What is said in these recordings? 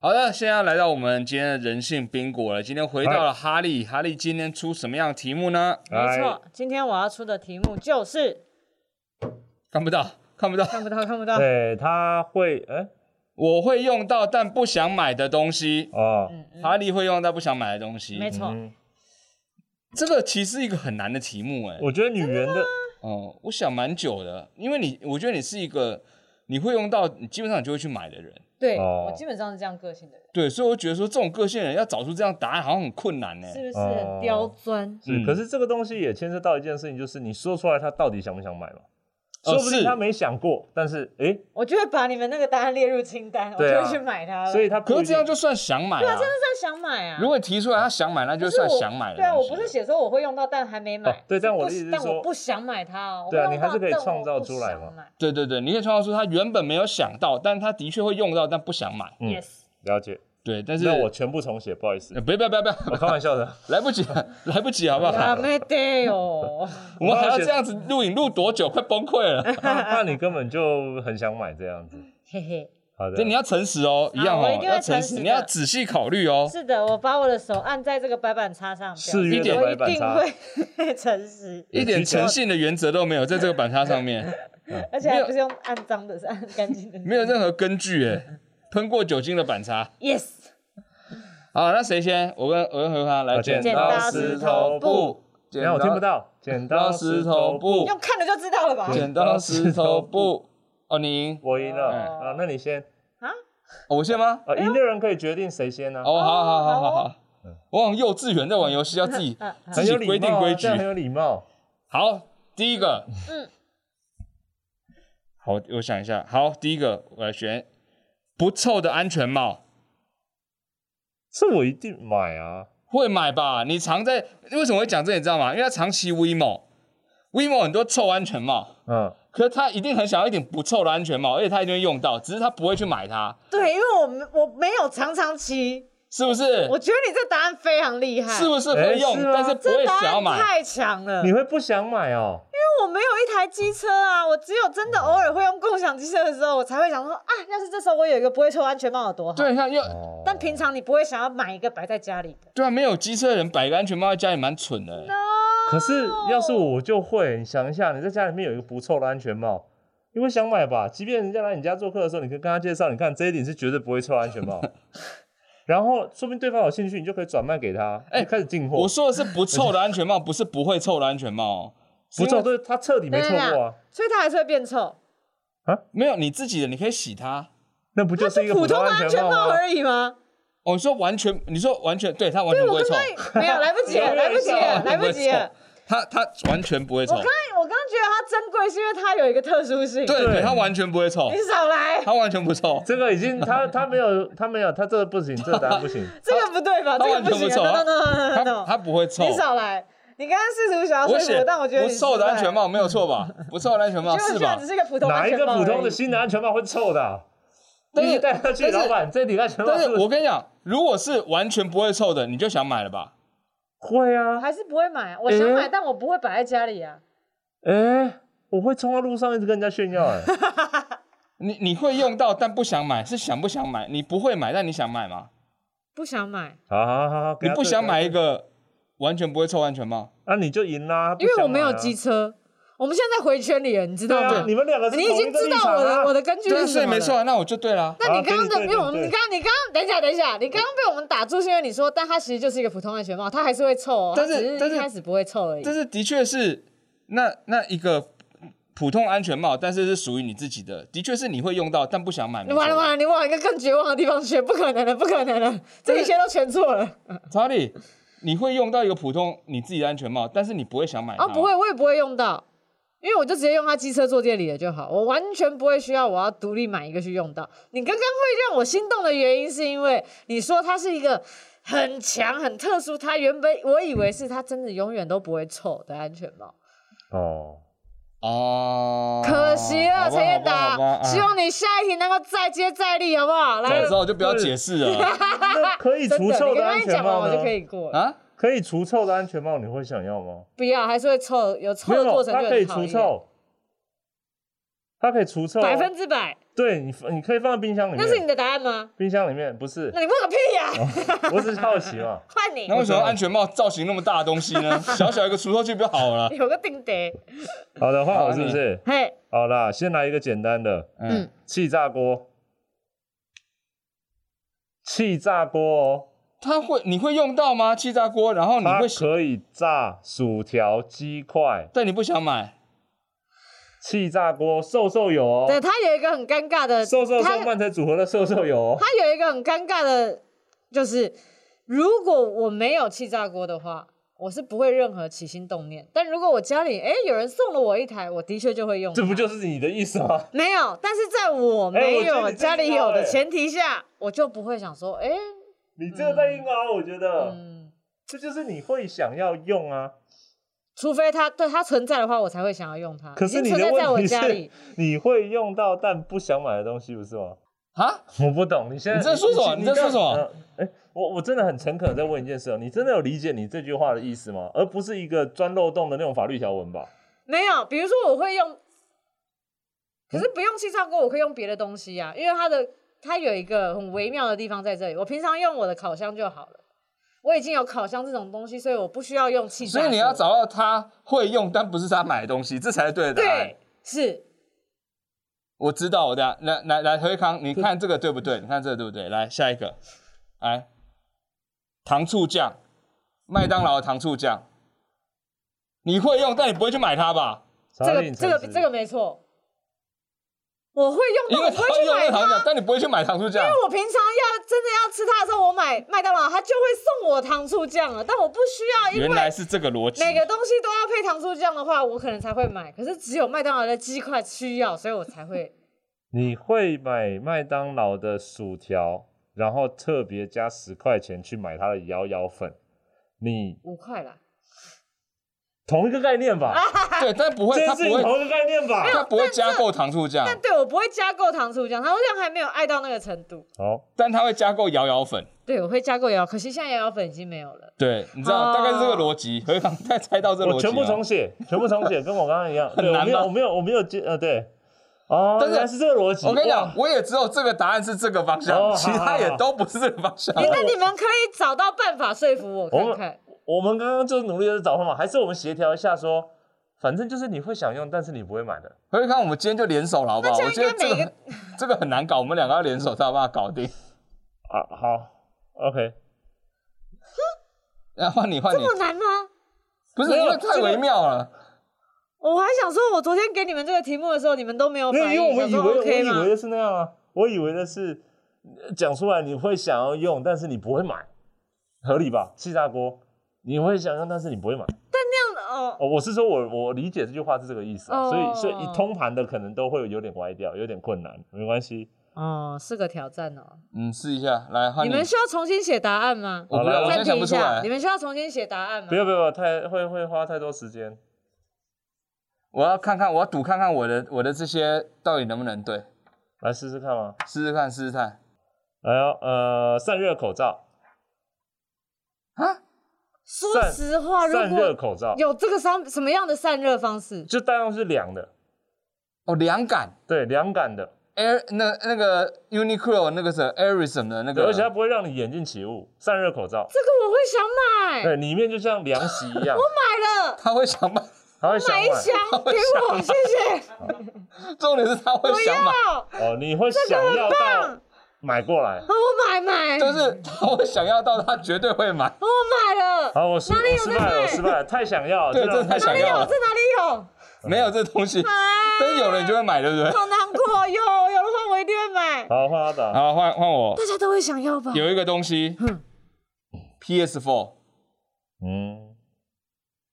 好的，现在来到我们今天的人性冰果了。今天回哎到了哈利，哈利今天出什么样的题目呢？没错，今天我要出的题目就是看不到， 看不到。看不到，看不到。对，他会，哎、我会用到但不想买的东西，哦，嗯嗯，哈利会用到不想买的东西。没错，嗯这个其实是一个很难的题目哎、我觉得女人的，哦，我想蛮久的，因为你，我觉得你是一个你会用到，你基本上你就会去买的人。对哦我基本上是这样个性的人，对，所以我觉得说这种个性的人要找出这样答案好像很困难呢、是不是很刁钻？是嗯可是这个东西也牵涉到一件事情，就是你说出来，他到底想不想买嘛？哦说不定是他没想过，但是，哎、我就会把你们那个答案列入清单，我对啊就会去买它了。所以他不可一是定这样就算想买啊。真的想买啊？如果你提出来他想买，那就不算是我想买的对啊，东我西不是写说我会用到，但还没买哦。对但我的不意思是但说我不想买它啊。对啊我会用到你还是可以但我创造出来嘛不想买。对对对，你可以创造出他原本没有想到，但他的确会用到，但不想买。嗯 Yes，了解。对，但是那我全部重写，不好意 思呃，不要不要不要不要，我开玩笑的。来不及了，来不及，好不好？啊，没得哦。我们还要我刚刚写这样子录影录多久？快崩溃了！怕怕你根本就很想买这样子。嘿嘿，好的对，，你要诚实哦，一样我哦一，定要会诚实实，的你要仔细考虑哦。 是的，我把我的手按在这个白板擦上，表四示月一点的我白一板定擦，会 诚实，一点诚信的原则都没有，在这个板擦上面而且还没有不是用按脏的，是按干净的。没有任何根据哎，喷过酒精的板擦。 Yes，好，那谁先？我跟我跟何康来好剪刀石头布，剪然后我听不，到。剪刀石头，布，用看了就知道了吧？剪刀石头布。哦，你赢，我赢了哦啊，那你先啊，哦我先吗？哎啊，赢的人可以决定谁先呢？啊哦，好好好好好好。我往幼稚园在玩游戏，要自己嗯嗯自很己有礼规定貌啊，规矩这。样很有礼貌。好，第一个，嗯，好，我想一下，好，第一个我来选不臭的安全帽，这我一定买啊！会买吧？你常在为什么会讲这，你知道吗？因为他长期 WeMo，WeMo 很多臭安全帽，嗯，可是他一定很想要一顶不臭的安全帽，而且他一定会用到，只是他不会去买它，对，因为我没我没有常常骑，是不是我？觉得你这答案非常厉害，是不是哎会用，是吗但是不啊这会答想要案买？太强了，你会不想买哦？我没有一台机车啊，我只有真的偶尔会用共享机车的时候，我才会想说啊，要是这时候我有一个不会抽安全帽有多好。对，你看又哦但平常你不会想要买一个摆在家里的。对啊，没有机车的人摆个安全帽在家里蛮蠢的、欸。可是要是我就会，你想一下，你在家里面有一个不臭的安全帽，你会想买吧？即便人家来你家做客的时候，你可以跟他介绍，你看这一顶是绝对不会臭的安全帽，然后说不定对方有兴趣，你就可以转卖给他，哎、开始进货我。说的是不臭的安全帽，不 是不会臭的安全帽哦、是不因为臭，对，他彻底没臭过啊，所以它还是会变臭，没有你自己的，你可以洗它。那不就是一个普通的的安安全帽吗？而已吗？哦，你说完全，你说完全，对它完全对，不我会刚臭，刚没有来不及了，来不及了，来不及 了。它它完全不会臭我，刚我刚觉得它珍贵是因为它有一个特殊性。对对，对它完全不会臭你，少来，它完全不臭。这个已经他他没有他没有他这个不行，这个答案不行。这个不对吧？它这个完全行不臭啊，no no no no 它 no，它不会臭哦你。少来。你刚刚试图想要说服写我，但我觉得不你失臭的安败全，帽没有错 吧？不臭的安全帽就是现在吧只？是一个普通哪安一全个帽而已。普通的新的安全帽会臭的啊？但是你带他去但是老板，这顶安全帽但是不我跟你讲，如果是完全不会臭的，你就想买了吧？会我啊，还是不会买啊，我想买，诶但我不会摆在家里啊。哎、我会冲到路上一直跟人家炫耀哎、 你你会用到，但不想买，是想不想买？你不会买，但你想买吗？不想买，好好好好，给你他不对想给他买对一个完全不会臭安全帽？啊，你就赢啦、因为我没有机机车，车。我们现在回圈里了，你知道对吗啊，？你们两个是你已经知道我的我的。的根据对啊，是所什以么没了错啊，那我就对啦。那啊你刚刚的，对对对因为我们你刚刚你刚刚等一下等一下，你刚刚被我们打住是因为你说，但它其实就是一个普通安全帽，它还是会臭哦，但是它只但是是一开始不会臭而已但。是的确是，那那一个普通安全帽，但是是属于你自己的，的确是你会用到，但不想买。你完了完了，了，你往一个更绝望的地方去，不可能的，不可能的，这一切都全错了。查理，你会用到一个普通你自己的安全帽，但是你不会想买它。啊，不会，，我也不会用到，因为我就直接用它机车坐垫里的就好，我完全不会需要我要独立买一个去用到。你刚刚会让我心动的原因，是因为你说它是一个很强、很特殊，它原本我以为是它真的永远都不会臭的安全帽，哦，哦，可惜了，好吧陈彦好吧好吧达，啊希望你下一题能够再接再厉，好不好？来走之，后就不要解释了那可以真除的，臭你刚安刚全讲完帽我呢 就可以过了，啊！可以除臭的安全帽，你会想要吗？不要，还是会臭，有臭没的有，过程它就可以啊很讨除厌，臭，它可以除臭，哎百分之百，对你，你可以放在冰箱里那是你面。的答案吗？冰箱里面不是那，你问个屁哦呀！我只是好奇 嘛。换你那，为什么安全帽造型那么大的东西 呢？小小一个除臭器不就好了？有个定得。好的，换我是不是？嘿，好啦，先来一个简单的，嗯，气炸锅。气炸锅哦，它会你会用到吗？气炸锅，然后你它会可以炸薯条、鸡块。但你不想买，气炸锅瘦瘦有对哦，他有一个很尴尬的，瘦瘦他瘦曼城组合的瘦瘦有哦。他有一个很尴尬的，就是如果我没有气炸锅的话，我是不会任何起心动念。但如果我家里哎有人送了我一台，我的确就会用它。这不就是你的意思吗？没有？但是在我没哎我觉有得你家里真的有的哎前提下，我就不会想说哎，你这个在硬凹，我觉得嗯，这就是你会想要用啊。除非它对它存在的话，我才会想要用它。可是已你经存的在在我问题家里是，你会用到但不想买的东西，不是吗？啊？我不懂，你现在你在说什么你在说什？么你你呃哎，我我真的很诚恳的在问一件事哦，你真的有理解你这句话的意思吗？而不是一个钻漏洞的那种法律条文吧？没有，比如说我会嗯用，可是不用气炸锅，我可以用别的东西呀、因为它的它有一个很微妙的地方在这里。我平常用我的烤箱就好了，我已经有烤箱这种东西，所以我不需要用气炸所锅。以你要找到他会用，但不是他买的东西，这才是对的答案对。是我知道，我等下来来来，何一康，你看这个对不对？你看这个对不对？来下一个，来，糖醋酱，麦当劳的糖醋酱，你会用，但你不会去买它吧？这查个理这个诚实这个没错，我会用因到，我为不他会去用那买个糖醋它酱，。但你不会去买糖醋酱因。为我平常要真的要吃它的时候，我买麦当劳，它就会送我糖醋酱了，但我不需要，因原为来是这个逻辑。每个东西都要配糖醋酱的话，我可能才会买。可是只有麦当劳的鸡块需要，所以我才会。 你会买麦当劳的薯条，然后特别加十块钱去买它的摇摇粉，你五块啦，同一个概念吧？对，但啊不这会，他件不事情会，同一个概念吧？他不会加购糖醋酱，但对我不会加购糖醋酱，糖醋酱还没有爱到那个程度。好，但他会加购摇摇粉。对，我会加购摇，可惜现在摇摇粉已经没有了。对，你知道，哦大概是这个逻辑。何一康再猜到这个逻辑啊吗，我全部重写，全 部重写，跟我刚刚一样。对，我难没有，吗我没有，我没有接，呃，对，哦，但是原来是这个逻辑。我跟你哇讲，，我也只有这个答案是这个方哦向，其好好他也好都不是这个方向。因为哎那你们可以找到办法说服我看看。我们刚刚就努力的找方法，还是我们协调一下说，反正就是你会想用，但是你不会买的。何以康，我们今天就联手了，好不好？那我这觉样得应这该每个个这个很难搞，我们两个要联手才有办法搞定。 啊，好，OK，然后换你换这你，么难吗？不是没有因为太这个微妙了。我还想说，我昨天给你们这个题目的时候，你们都没有没有，反因为我应，们想以说为、 OK 我以为吗？的是那样啊，我以为的是呃讲出来你会想要用，但是你不会买，合理吧？气炸锅你会想用，但是你不会买。哦，哦，我是说我我理解这句话是这个意思、啊，哦所以所以通盘的可能都会有点歪掉，有点困难，没关系。哦，是个挑战哦。嗯，试一下，来换你你。们需要重新写答案吗？我不好要，来我现在暂停想一不出下，来你。们需要重新写答案吗不？要不要不要，太会会花太多时间。我要看看，我要赌看看我的我的这些到底能不能对，来试试看嘛。试试看，试试看。来哦，呃，散热口罩，啊，说散实话，啊如散热果口罩，有这个商什么样的散热方式？就戴上是凉的，哦，凉感对，凉感的， ，Air 那那个 Uniqlo 那个是 Airism 的那对，啊个，而且它不会让你眼睛起雾。散热口罩，这个我会想买，对，里面就像凉席一 样，买了，他会想买，它会想买一买。箱给我，谢谢，重点是他会不想买，要，哦，你会想要到棒买过来。我买买，就我是他会想要到，他绝对会买。买了，好，我失哪里我有失在败了，卖我失败 了，太想要了，对就让真的太它想哪里要有？了这哪里有？没有这东西，啊，但是有了你就会买，对不对？好难过，有有的话我一定会买，好，换阿达，好，换换我，大家都会想要吧？有一个东西嗯，PS4 嗯，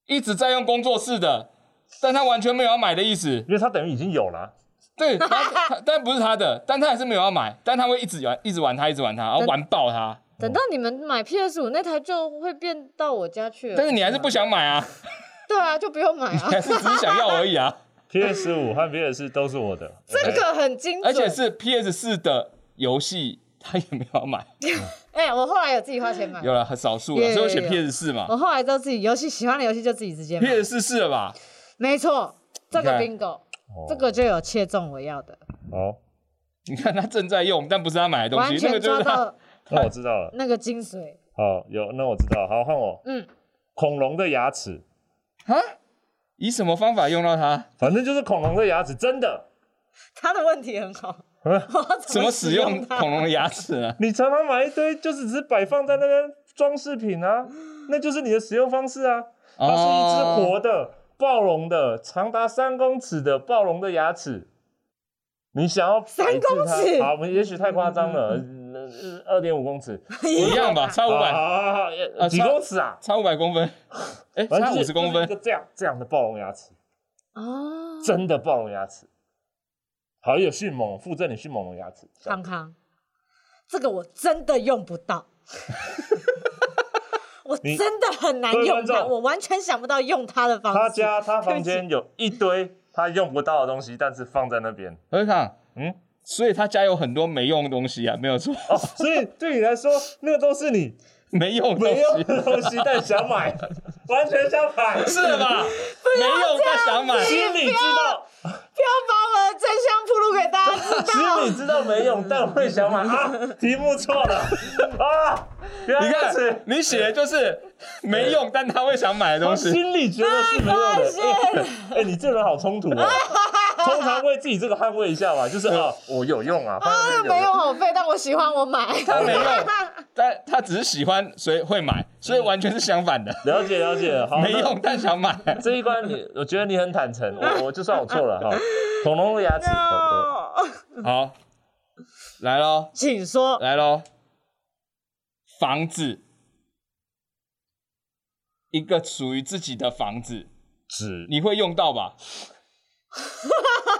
一直在用工作室的，但他完全没有要买的意思。因为它等于已经有了，对，他他但不是他的，但他还是没有要买，但他会一直玩，一直玩他，一直玩他，然后但玩爆他。等到你们买 PS 五那台就会变到我家去了，但是你还是不想买 啊，对啊，就不用买啊你还，是只是想要而已啊。 PS 五和 PS 都是我的，这个很精准，而且是 PS 四的游戏，他也没有要买，哎、我后来有自己花钱买，有了很少数有了，有所以我写有哦 PS 四嘛我后来都自己游戏喜欢的游戏就自己直接买。 ，PS 四是了吧？没错，这个看 bingo，哦这个就有切中我要的。好，你看他正在用，但不是他买的东完西，那全个就抓是他到那我知道了。 那个精髓。好，有那我知道。好，换我。嗯，恐龙的牙齿，啊，以什么方法用到它？反正就是恐龙的牙齿，真的。他的问题很好， 啊我要怎么使用它恐龙的牙齿呢？你常常买一堆，就是只是摆放在那边装饰品啊，那就是你的使用方式啊。 它是一只哦 活的、暴龙的、长达三公尺的暴龙的牙齿。你想要三摆置公它尺嗯好，我们也许太夸张了，嗯二点五公尺，一样 吧，差五好好百，好好呃啊好几差公尺啊，差五百公分，哎，反差正就五是十公就是分一个，这样这样的暴龙牙齿， 哦，真的暴龙牙齿。好，有迅猛龙附赠你迅猛龙牙齿，这样康康，这个我真的用不到， 我你真的很难各位用观它，众我完全想不到用它的方式。他家他对不房起间有一堆他用不到的东西，但是放在那边。何康，嗯，所以他家有很多没用的东西啊，没有错，哦，所以对你来说，那个都是你 没用的东没有西的东西，但想买，完全相反。是吧？ 没用但想买，心里知道，不要把我的真相铺路给大家知道。心里知道没用，但会想买啊。题目错了啊，原你来如此看你写的就是没用但他会想买的他东西，心里觉得是没用发的。现哎、你这人好冲突哦。通常为自己这个捍卫一下吧，就是啊，我有用啊，放在那啊，边没有有用。好费，但我喜欢，我买。他没 用，但他只是喜欢，所以会买，所以完全是相反的，了解了解，好，没那用但想买。这一关你，我觉得你很坦诚，我我就算我错了哈。恐龙的牙齿，恐 No 好，来喽， 请说，来喽，房子，一个属于自己的房子，纸你会用到吧？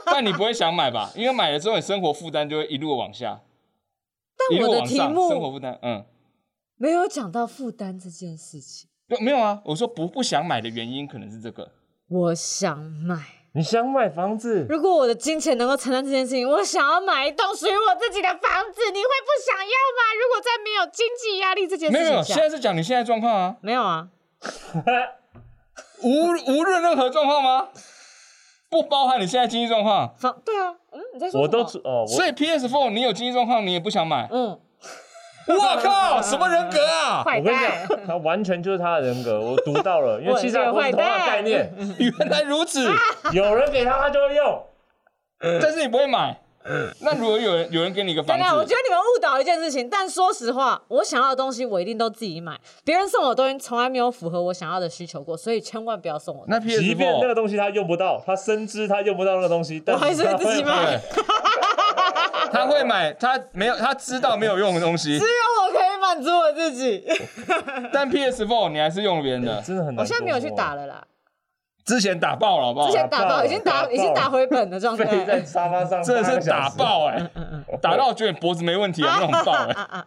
但你不会想买吧？因为买了之后，你生活负担就会一路往下，一但我路的往题上，生活目负担，嗯，没有讲到负担这件事情。对，没有啊，我说不不想买的原因可能是这个，我想买，你想买房子， 如果我的金钱能够承担这件事情，我想要买一栋属于我自己的房子。你会不想要吗？如果在没有经济压力这件没有没有，事情现下，在是讲你现在状况啊，没有啊，无无论任何状况吗？不包含你现在经济状况，房对啊，嗯，你在说我什都么哦，所我以 PS Four 你有经济状况，你也不想买。嗯，我靠，什么人格啊？坏我跟你讲， 蛋，他完全就是他的人 格，我读到了，因我为七煞这个跟坏同样的蛋概念，原来如此，有人给他他就 会用。但是你不会买。那如果有人有人给你一个房等等，我觉子得，你们误导一件事情。但说实话，我想要的东西我一定都自己买，别人送我的东西从来没有符合我想要的需求过，所以千万不要送我。那 PS 即便那个 Four 东西他用不到，他深知他用不到那个东西，但我还是他自会己买对， 他会买，他没有，他知道没有用的东西只，有我可以满足我自己。但 PS Four 你还是用了别人的， 真的很难。我现在没有去啊打，了啦，之前哦打爆了，好不好之？前打打爆爆了已经打打爆已经打回本 的状飞在态。沙发上，真的是打。爆哎、打到觉得脖子没问题啊，那种爆哎、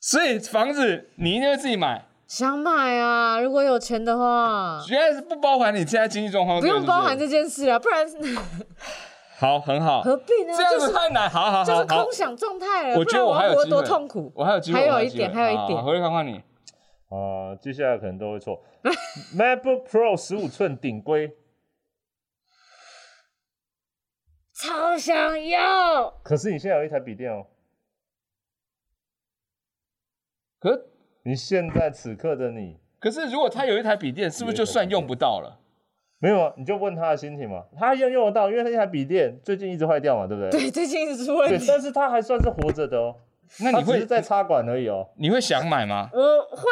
所以房子你一定会自己买， 想买啊，如果有钱的话，原来是不包含你现在经济状况，不用包含这是件事啊，不然不是好，很好， 何必呢？这样就是子太难，好好就好是好空，想状态了，我不觉然得我还要活有机得多会，痛苦。我还有机会，还有我一机会点，还有一好好点，回去看看你，啊，接下来可能都会错。MacBook Pro 十五寸顶规，超想要。 可是你现在有一台笔电哦。可是你现在此刻的你，可是如果他有一台笔电，是不是就算用不到了？没有啊？你就问他的心情嘛。他用用得到，因为那台笔电最近一直坏掉嘛，对不对？对，最近一直出问对，题。但是他还算是活着的哦。那他你只是会在插管而已哦。你会想买吗？我会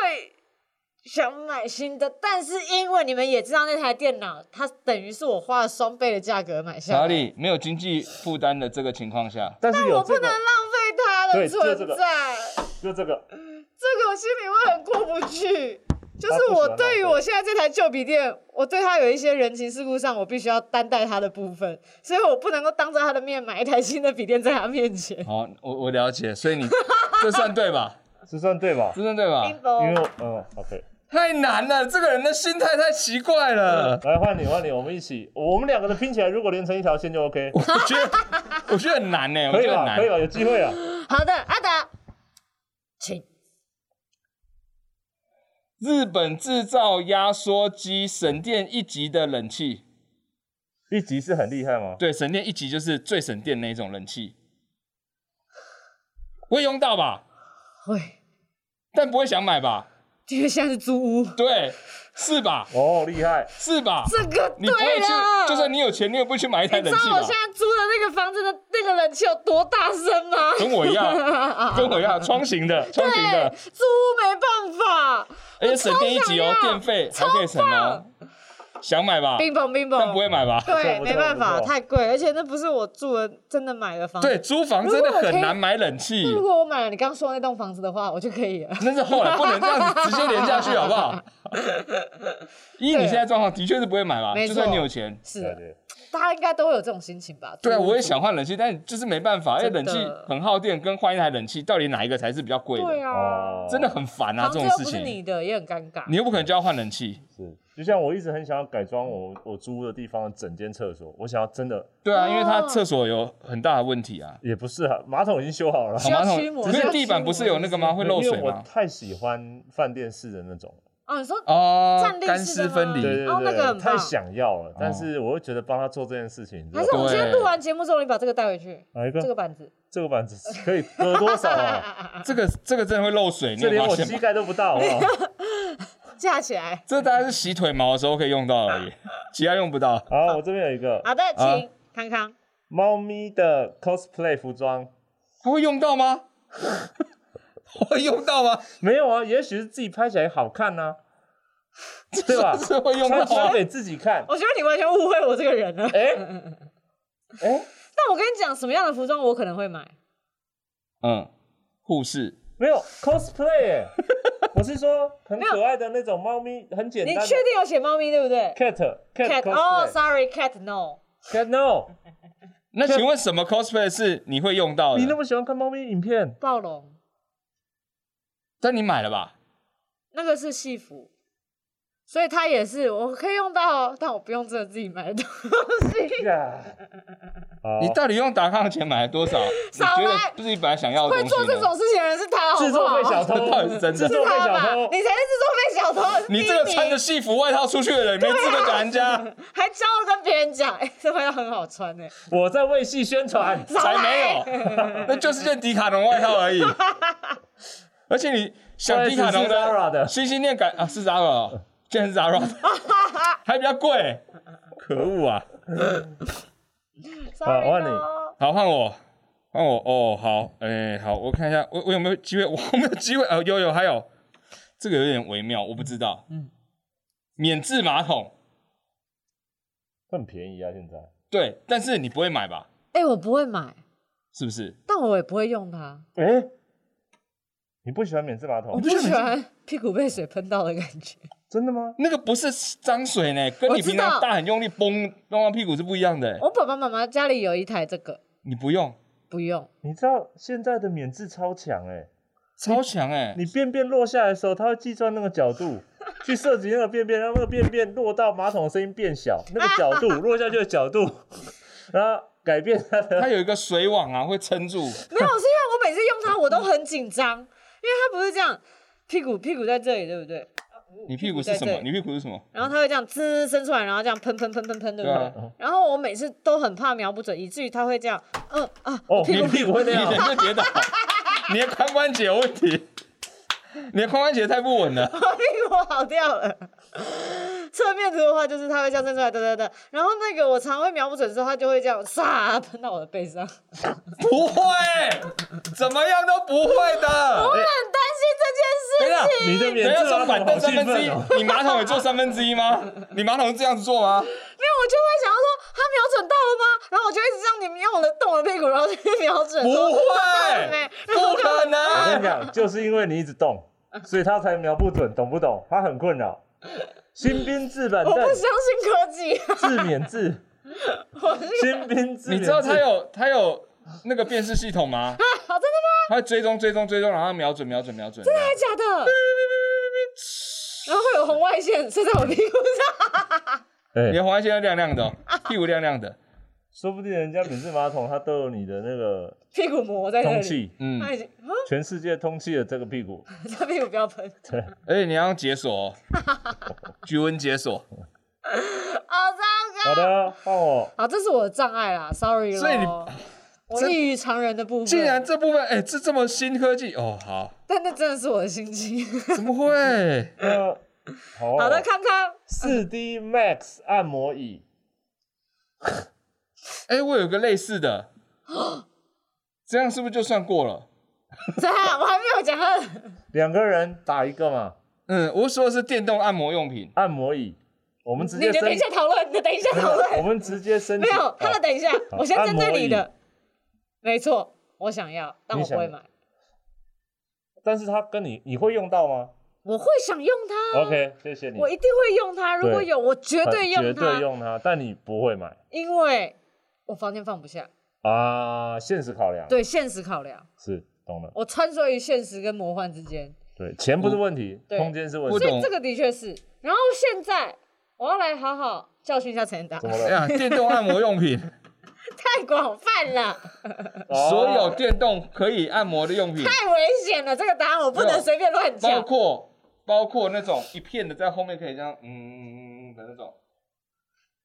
想买新的，但是因为你们也知道那台电脑，它等于是我花了双倍的价格买下来，查理没有经济负担的这个情况下，但是有我这不个能，浪费它对的就存在。这个就这个，这个我心里会很过不去。就他是不喜欢我浪费对于我现在这台旧笔电，我对它有一些人情世故上，我必须要担待它的部分，所以我不能够当着它的面买一台新的笔电在它面前。好，我我了解，所以你 这算对吧？这算对吧？这算对 吧？哦因为我嗯，OK，太难了，这个人的心态太奇怪了。来换你换你，我们一起，我们两个的拼起来，如果连成一条线就 OK，我觉得我觉得很难呢、我 可以觉得很吧？难可以。吧？有机会啊！好的，阿达，请。日本制造压缩机省电一级的冷气，一集是很厉害吗？对，省电一级就是最省电那一种冷气，会用到吧？会，但不会想买吧？因为现在是租屋，对，是吧？哦，厉害！是吧？这个你不会对去了，，就算你有钱，你也不会去买一台你知冷气道我吧现？在租的那个房子的那个冷气有多大声吗？跟我一 样，跟我一样，窗型的，窗型对的，，租屋没办法，而且省电一级哦我，超想要电费还可以省哦。想买吧，冰雹冰但不雹。会买吧？对，不错不错没办法，不错太贵，而且那不是我住的，真的买的房子。对，租房真的很难买冷气那，如果我买了你刚刚说的那栋房子的话，我就可以了。但是后来不能这样子直接连下去，好不 好？以你现在状况，的确是不会买吧？没错就算你有钱，是对的，对，大家应该都会有这种心情吧？对啊，租屋我也想换冷气，但就是没办法，因为真冷的气很耗电，跟换一台冷气，到底哪一个才是比较贵对的？啊，哦，真的很烦啊，房这子种又事不是情，你的，也很尴尬。你又不可能就要换冷气，是。就像我一直很想要改装我我租的地方的整间厕所，我想要真的对啊，因为它哦厕所有很大的问题啊，也不是啊，马桶已经修好了，需要马驱桶，魔可需要是驱地板不是有那个吗？魔会漏因水为我吗？嗯太喜欢饭店式的那种，哦，你说哦站，立干式湿的分吗离，对对哦那对，个很太棒想要了，哦但是我又觉得帮他做这件事情，还是我们对今天录完节目之后，你把这个带回去，哪一这个个板子。这个板子可以隔多少啊？这个这个真的会漏 水，你这有连发我现膝吗？盖都不 到，好啊不好？ 架起来。这大概是洗腿毛的时候可以用到而已，其他用不到。好，我这边有一个好的，啊请康康。猫咪的 cosplay 服装，它会用到吗？ 会用到吗？没有啊，也许是自己拍起来好看呢、对 吧？是会用啊到穿起来吗？给自己看。我觉得你完全误会我这个人了。哎嗯哎，但我跟你讲，什么样的服装我可能会买？嗯，护士没有 cosplay，、哎，我是说很可爱的那种猫咪，很简你单的。确定有写猫咪对不对 cat cat ？Cat 哦 cosplay ，sorry cat no。 cat no？哦那请问什么 cosplay 是你会用到的？你那么喜欢看猫咪 影片？暴龙但你买了吧？那个是戏服，所以它也是我可以用到哦，但我不用真的自己 买的东西。呀，好你到底用达康的钱买了多少？你少来觉得自己本来想要的会东西做呢？这种事情的人是他，好制不作好？费小是偷这到底是真的制作费他小吧？偷，你才是制作费小偷。你这个穿着西服外套出去的人，没资格讲人家，还骄傲跟别人讲，哎、这外套很好穿哎、我在为戏宣 传。 少才来没 有，那就是件迪卡侬外套而已。而且你想迪卡侬不好意思是 Zara 的星星店感啊，是 Zara，哦竟然是 Zara，的 还比较贵，可恶啊！ ，sorry 哦好换你咯好，换我，换我哦，好，哎、好，我看一下，我我有没有机会？我有没有机会？哦，有有，还有这个有点微妙，我不知道。嗯，免治马桶，很便宜啊，现在。对，但是你不会买吧？哎、我不会买，是不是？但我也不会用它，哎、哦你不喜欢免治马我桶？不喜欢屁股被水喷到的感觉。真的吗？那个不是脏水呢，跟我你知平常道大很用力崩弄到屁股是不一样的。我爸爸妈妈家里有一台这个，你不用，不用，你知道现在的免治超强哎、超强哎！你便便落下来的时候，它会计算那个角 度，去设计那个便便，让那个便便落到马桶的声音变小，那个角 度落下去的角度，然后改变它的。它有一个水网啊，会撑住。没有，是因为我每次用它我都很紧张，因为它不是这样，屁股屁股在这里，对不对？你屁股是什在么这？里你屁股是什么？然后它会这样滋伸出来，然后这样喷喷喷喷喷，对不对对？啊然后我每次都很怕瞄不准，以至于它会这样，嗯、啊， 哦，屁你股屁股会那你样人啊，就跌倒，你的髋关节有问题，你的髋关节太不稳了。我屁股好哎掉了。侧面图的话，就是它会这样伸出来，对对对。然后那个我常会瞄不准的时候，它就会这样唰喷到我的背上。我很不会，怎么样都不会的。担心这件事。等一下，你的等免一下治坐马板桶好凳三兴分之奋哦！一，你马桶也坐三分之一吗？你马桶是这样子坐吗？没有，我就会想要说，它瞄准到了吗？然后我就一直这样，你们用我的动我的屁股，然后去瞄准。不会然后没，然后不我就可 哦 我哎跟能。你讲，就是因为你一直动，所以它才瞄不准，懂不懂？它很困扰。新兵制板我不凳相信科技，啊治免 治，我是啊新兵制你免知道治它有它有那个辨识系统吗？好真的吗？它会追踪追踪追踪，然后瞄准瞄准瞄准。真的真的假的？然后会有红外线射在我屁股上，哎你的红外线要亮亮的哦，屁股亮亮的。说不定人家免治马桶它都有你的那 个屁股膜在那通里。气，嗯，他已经， 啊全世界通气的这个屁股，他屁股不要喷。而且你要用解锁、哦，举文解锁，好好糟糕。的，换我。好，这是我的障碍啦，sorry 咯所以你我这异于常人的部 分，竟然这部分，哎、这这么新科技哦，好，但那真的是我的心情。怎么会？呃，好好的，康康，四 D Max 按摩椅，哎、我有个类似的，这样是不是就算过了？怎样？啊我还没有讲到，两个人打一个嘛，嗯，我说的是电动按摩用品，按摩椅，我 们直你接的等升一，下讨论，你的等一下讨 我论，们直接升级，没有他好的等一下，好我先针对你按的，没错，我想要，但我你不想会买，但是他跟你，你会用到吗我会想用它？OK，谢谢你，我一定会用它，如果有我绝很对绝用对它，用它，但你不会买因为我房间放不下，啊，现实考量，对现实考量，是懂了，我穿梭于现实跟魔幻之间，对，钱不是问题，对空间是问不题懂，所以这个的确是。然后现在我要来好好教训一下陈达，怎么哎了？呀，电动按摩用品，太广泛 了，哦所有电动可以按摩的用品，太危险了。这个答案我不能随便乱 包讲。括包括那种一片的，在后面可以这样，嗯嗯嗯嗯的那种，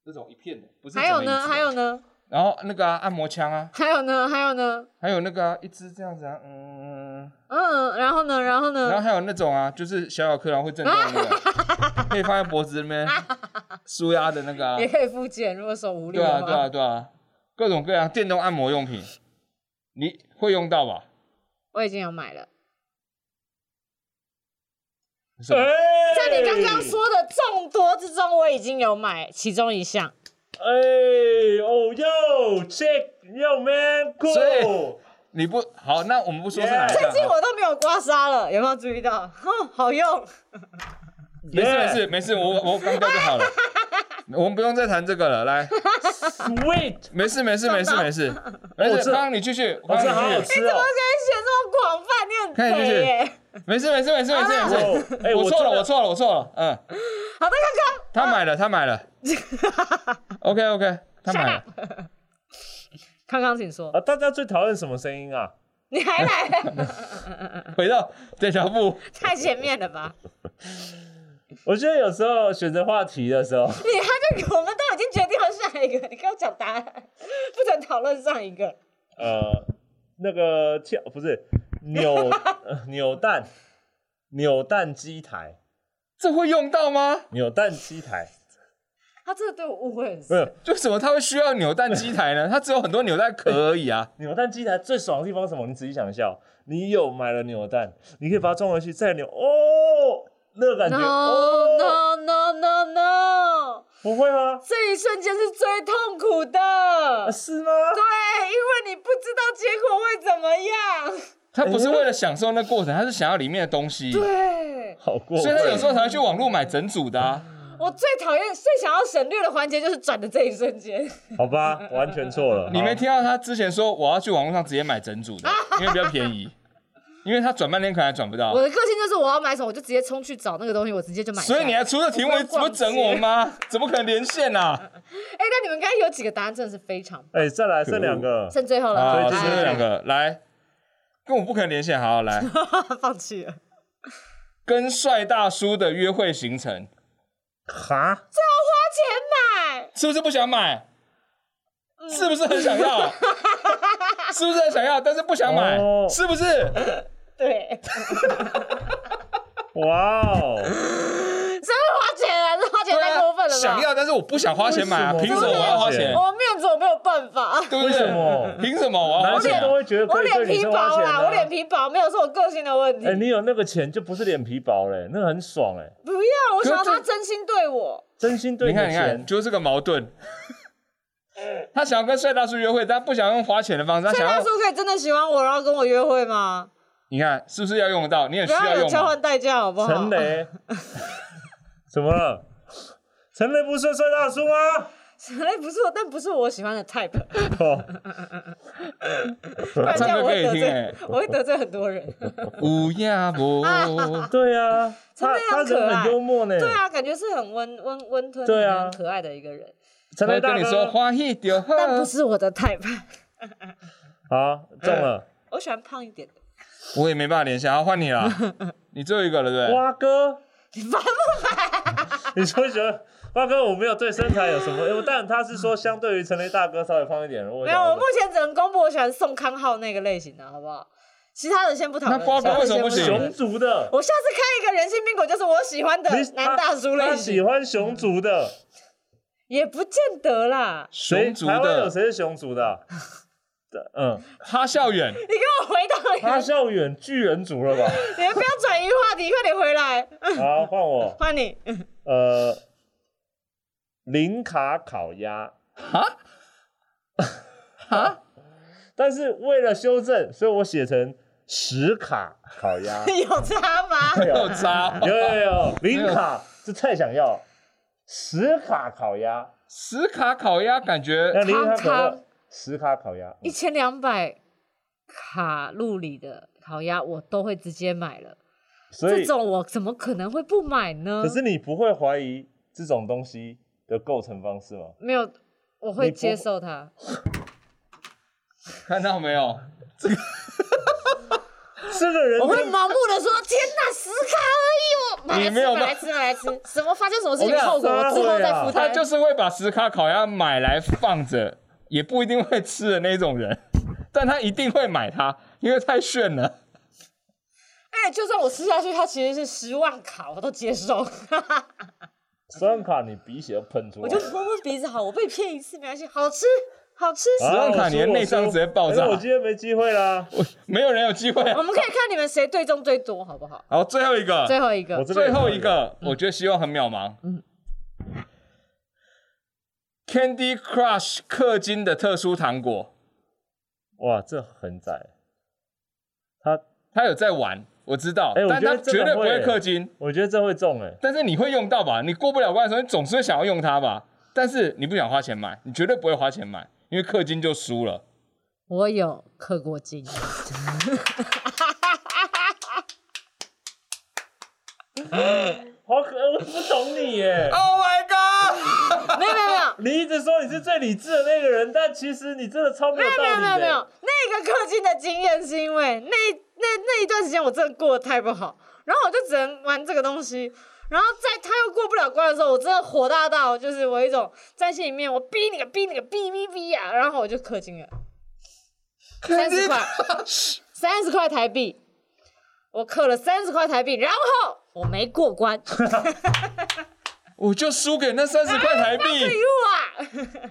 那种一片的，不是还有整个椅呢？子啊还有，呢？然后那个啊，按摩枪啊，还有呢？还有呢？还有那个啊，一只这样子啊，嗯嗯嗯。嗯嗯，然后呢？然后然后呢？还有那种啊，就是小小颗，然后会震动的那个， 可以放在脖子那边舒压的那个啊。也可以复健，如果手无力对啊，的对啊，话。对啊，各种各样电动按摩用品，你会用到吧？我已经有买了，是哎吧在在你刚刚，说的众多之中，我已经有买其中一项。哎，哦哟，check yo man 所 cool 以。你不好，那我们不说是哪一 Yeah 最近项啊。我都没有刮痧了，有没有注意到？哼，好用。没事没事没事，我我刚掉就 好了。我们不用再谈这个了，来， Sweet，没事没事没事没事，没我事，这刚刚你继续，我刚这刚好你好继续，吃哦我。现在选这么广泛，你看很你肥是耶。没事没事没事没事没哇事哦，哎我我错真了的我错了我错了，嗯。好的，康康，他买了，他买 了。OK OK，他买了。康康，请说。啊，大家最讨厌什么声音啊？你 还来？回到这条布，太前面了吧？我觉得有时候选择话题的时候，你他就我们都已经决定了下一个，你跟我讲答案，不准讨论上一个。呃，那个跳不是 扭呃扭蛋，扭蛋机台，这会用到吗？扭蛋机台，他真的对我误会很没深。有为什么他会需要扭蛋机台 呢？他只有很多扭蛋壳而已啊。扭蛋机台最爽的地方是什么？你仔细想一下哦，你有买了扭蛋，你可以把它装回去再扭，哦，那个感觉 No 哦 no no no no，不会吗？这一瞬间是最痛苦啊，的。是吗？对，因为你不知道结果会怎么样。他不是为了享受那过程，他是想要里面的东西。所对，好过分，以他有时候才会去网络买整组的啊。我最讨厌、最想要省略的环节就是转的这一瞬间。好吧，完全错了。 你没好听到他之前说我要去网络上直接买整组的，因为比较便宜，因为他转半天可能还转不到我。的个性就是我要买什么，我就直接冲去找那个东西，我直接就买下所来。以你还出这题目，我你怎么不会逛街整我吗？怎么可能连线 啊？哎、那你们刚才有几个答案真的是非常棒，哎、再来剩两个，剩最后了，好，所以啊这就是是两个来，跟我不可能连线，好 来。哎放弃了，跟帅大叔的约会行程，哈，花钱买，是不是不想买？嗯是不是很想 要？是不是很想要，但是不想买？哦是不是？对，哇哦，谁会花钱啊？这花钱对太啊过分了吧？想要，但是我不想花钱买啊！为凭什什么么我要花为什钱么？我面子我没有办法，对不为什对？么？凭什么我要花男钱生啊？都会觉得我可以脸对女皮生花薄钱、啦，啊、我脸皮薄，没有是我个性的问题。哎、你有那个钱就不是脸皮薄嘞、那很爽哎、不要，我想要可是他这真心对我，真心对你你的看，你看，钱。就是这个矛 盾。他想要跟帅大叔约会，但不想用花钱的方式。他所想以大要，叔可以真的喜欢我，然后跟我约会吗？你看，是不是要用得到？你很不需要有用交嘛。换代价，好不好？陈雷， 怎么了？陈雷不是帅大叔吗？陈雷不错，但不是我喜欢的 type， 哦，不然这样我会得唱歌可以听哎罪，我会得罪很多人。 乌鸦伯，对啊，陈他雷他很可人爱很幽默呢、对啊，感觉是很温温温吞、对啊很可爱的一个人，陈他雷会大跟哥，你说花一丢， 但不是我的 type，好中了， 我喜欢胖一点的。我也没办法联想，要换 嗯你了，你最后一个了，对不对？瓜哥，你烦不烦？ 你说喜欢八哥，我没有对身材有什么，呃但他是说相对于陈雷大哥稍微胖一点。我没有，我想目前只能公布我喜欢宋康昊那个类型的，好不好？其他的先不讨论。那瓜哥其他的为什么先不行讨熊论族的，我下次开一个人性宾果，就是我喜欢的你男大叔他类他喜型，欢熊族的，也不见得啦。谁嗯熊族台湾有的谁是熊族的啊？的 嗯，哈孝远，你给我回到原哈孝远巨人族了吧？ 你们不要转移话题，快点回来，好，换我。换你。 呃，零卡烤鸭，哈， 但是为了修正，所以我写成十卡烤 鸭。有差吗？ 又渣，有有有，零卡这太想要，十卡烤鸭，十卡烤鸭感觉 那零卡可汤乐汤，十卡烤鸭，一千两百卡路里的烤鸭，我都会直接买了。所这以种我怎么可能会不买呢可？是你不会怀疑这种东西的构成方式吗？没有，我你会不接受它。看到没有？这个人我会盲目的说：“天哪，十卡而已哦，买来你没吃，有买来吃，买来吃，什么发生什么事我情跟你讲后果，我之后撒再负谎他担。”就是会把十卡烤鸭买来放着，也不一定会吃的那种人，但他一定会买它，因为太炫了。哎，就算我吃下去，它其实是十万卡，我都接受。酸卡，你鼻血要喷出 我来就。摸摸鼻子，好，我被骗一次没关系，好吃，好吃。啊酸卡我输你的内我输脏直接爆炸哎我今天没机会啦。我没有人有机会啊。我们可以看你们谁对中最多，好不好？好，最后一最个，后一个我，这最边也后看一了，个，我觉得希望很渺茫。嗯 Candy Crush 氪金的特殊糖果，哇，这很窄。他，他有在玩，我知道，哎我但觉他得这个绝对不会会氪金。我觉得这会中哎。但是你会用到吧？你过不了关的时候，你总是会想要用它吧？但是你不想花钱买，你绝对不会花钱买，因为氪金就输了。我有氪过金，好可， 我不懂你耶。哦 Oh my god！没有没有没有。你一直说你是最理智的那个人，但其实你真的超没有道没理有的。没有没有，那个氪金的经验是因为那那那一段时间我真的过得太不好，然后我就只能玩这个东西。然后在他又过不了关的时候，我真的火大到，就是我一种在心里面，我逼你个逼你个逼逼逼呀、然后我就氪金了，三十块，三十块台币，我氪了三十块台币，然后我没过关，我就输给那三十块台币。哎呦啊！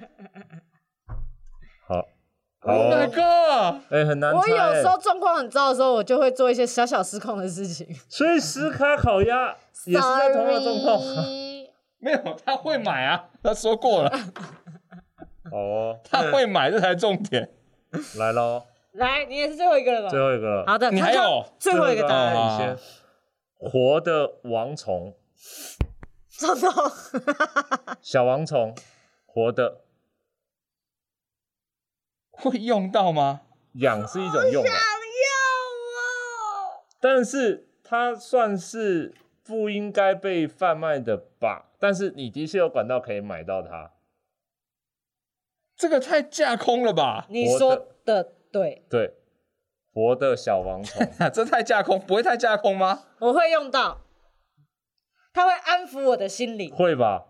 好， Oh my 好， god！哎，很难我猜有欸。时候状况很糟的时候，我就会做一些小小失控的事情，所以十卡烤鸭也是在同样的状况。 Sorry 没有，他会买啊，他说过了，哦，他会买，这才重点。来喽，来，你也是最后一个了最吧？后一个了。好的，你他还就有最后一个答案，哦一些活的王虫，真的哦，小王虫，活的会用到吗？养是一种用法，要但是它算是不应该被贩卖的吧？但是你的确有管道可以买到它。这个太架空了吧哦！？你说的对，对，活的小王虫， 这太架空，不会太架空吗？我会用到，它会安抚我的心灵，会吧？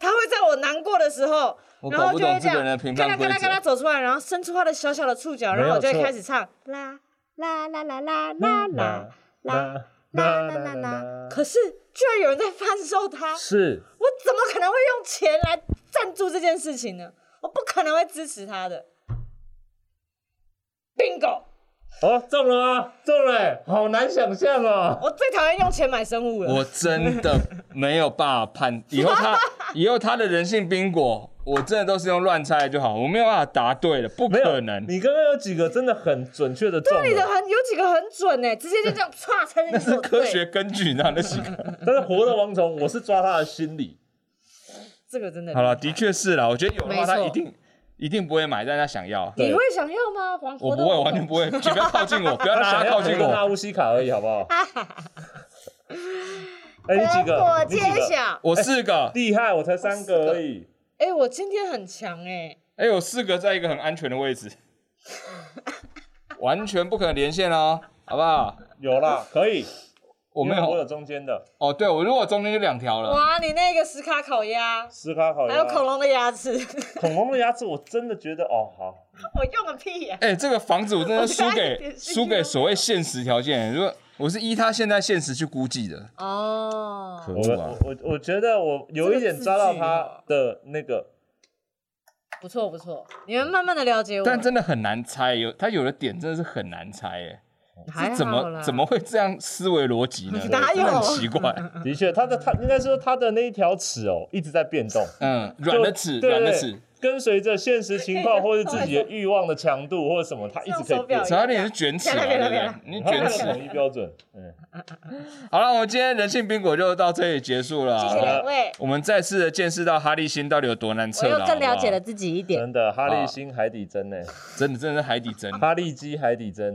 它会在我难过的时候我。然搞后不就会懂这这个样，人的评判嘎啦规嘎啦则走出来，然后伸出它的小小的触角，没有然后我就会错开始唱啦啦啦啦啦啦啦啦啦啦啦啦。可是居然有人在贩售它，是我怎么可能会用钱来赞助这件事情呢？我不可能会支持他的。bingo，哦，中了吗？中了欸，好难想象哦。我最讨厌用钱买生物 了。我真的没有办法判，以后 他以后他的人性冰果，我真的都是用乱猜就好，我没有办法答对了，不没有可能。你刚刚有几个真的很准确的中那你的了，很有几个很 准呢、直接就这样唰猜进那去。是科学，根据，你知道那是。但是活的王虫，我是抓他的心理。这个真 的好了，的。确是啦，我觉得有的话没错他一定一定不会买，但他想要。对你会想要吗？黄我活不动会，完全不 会，请不要靠近我，不要他让想他要啊靠近跟他我。乌西卡而已，好不 好？哎，你几成个果？你揭几个？晓。我四个，厉害，我才三个而已。哎、我今天很强哎、哎，我四个在一个很安全的 位置，完全不可能连线哦，好不好？ 有啦，可以。我没因为我有有中间的哦，对我如果中间就两条了，哇，你那个石卡烤鸭，斯卡烤还鸭，有恐龙的牙齿，恐龙的牙齿，我真的觉得哦，好， 我用个屁呀、哎、这个房子我真的输我给连输给所谓现实条件，如果我是依他现在现实去估计的，可哦，我恶啊我！我我觉得我有一点抓到他的那个，不错不错，你们慢慢的了解我，但真的很难猜，有他有的点真的是很难猜，哎，还好怎么啦怎么会这样思维逻辑呢？哪真的有很奇 怪。的确，他的他应该说他的那一条齿哦，一直在变动，嗯，就 软的齿，对软的对齿。跟随着现实情 况或者自己的欲望的强度或者什么，他一直可以变用手表。小脸是卷齿嘛，对别了不别对了？你卷齿。统一标准，嗯，好了，我们今天人性冰果就到这里结束了啊。谢谢两位，我们再次的见识到哈利星到底有多难我测又了，更了解了好自己一点。 真的，哈利星海底针 呢，不好，真的真的是海底针，哈利鸡海底针，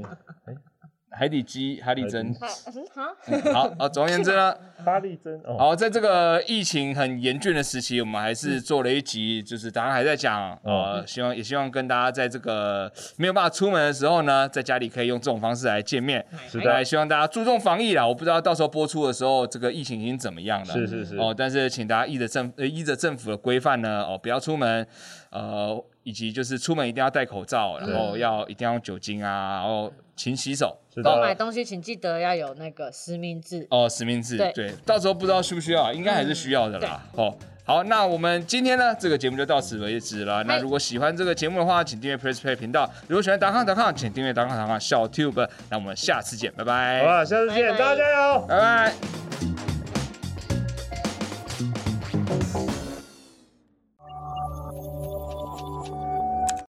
海底鸡，海底针。哎嗯好，嗯 好好，总而言之呢，哈利针哦，好，在这个疫情很严峻的时期，我们还是做了一集，就是大家还在讲，嗯呃，希望也希望跟大家在这个没有办法出门的时候呢，在家里可以用这种方式来见面。是那也的，希望大家注重防疫啦，我不知道到时候播出的时候，这个疫情已经怎么样了。是是是，哦，但是请大家依着政呃依着政府的规范呢，哦，不要出门，呃，以及就是出门一定要戴口罩，然后要一定要用酒精啊，然后勤洗手。是到的，买东西请记得要有那个实名制。哦，实名制对对，到时候不知道需不需要，应该还是需要的啦。哦，好，那我们今天呢，这个节目就到此为止了。那嗨如果喜欢这个节目的话，请订阅 Press Play 频道；如果喜欢达康达康，请订阅达康达康小 Tube。那我们下次见，拜好拜，啊，下次见，拜拜大家加油。拜拜。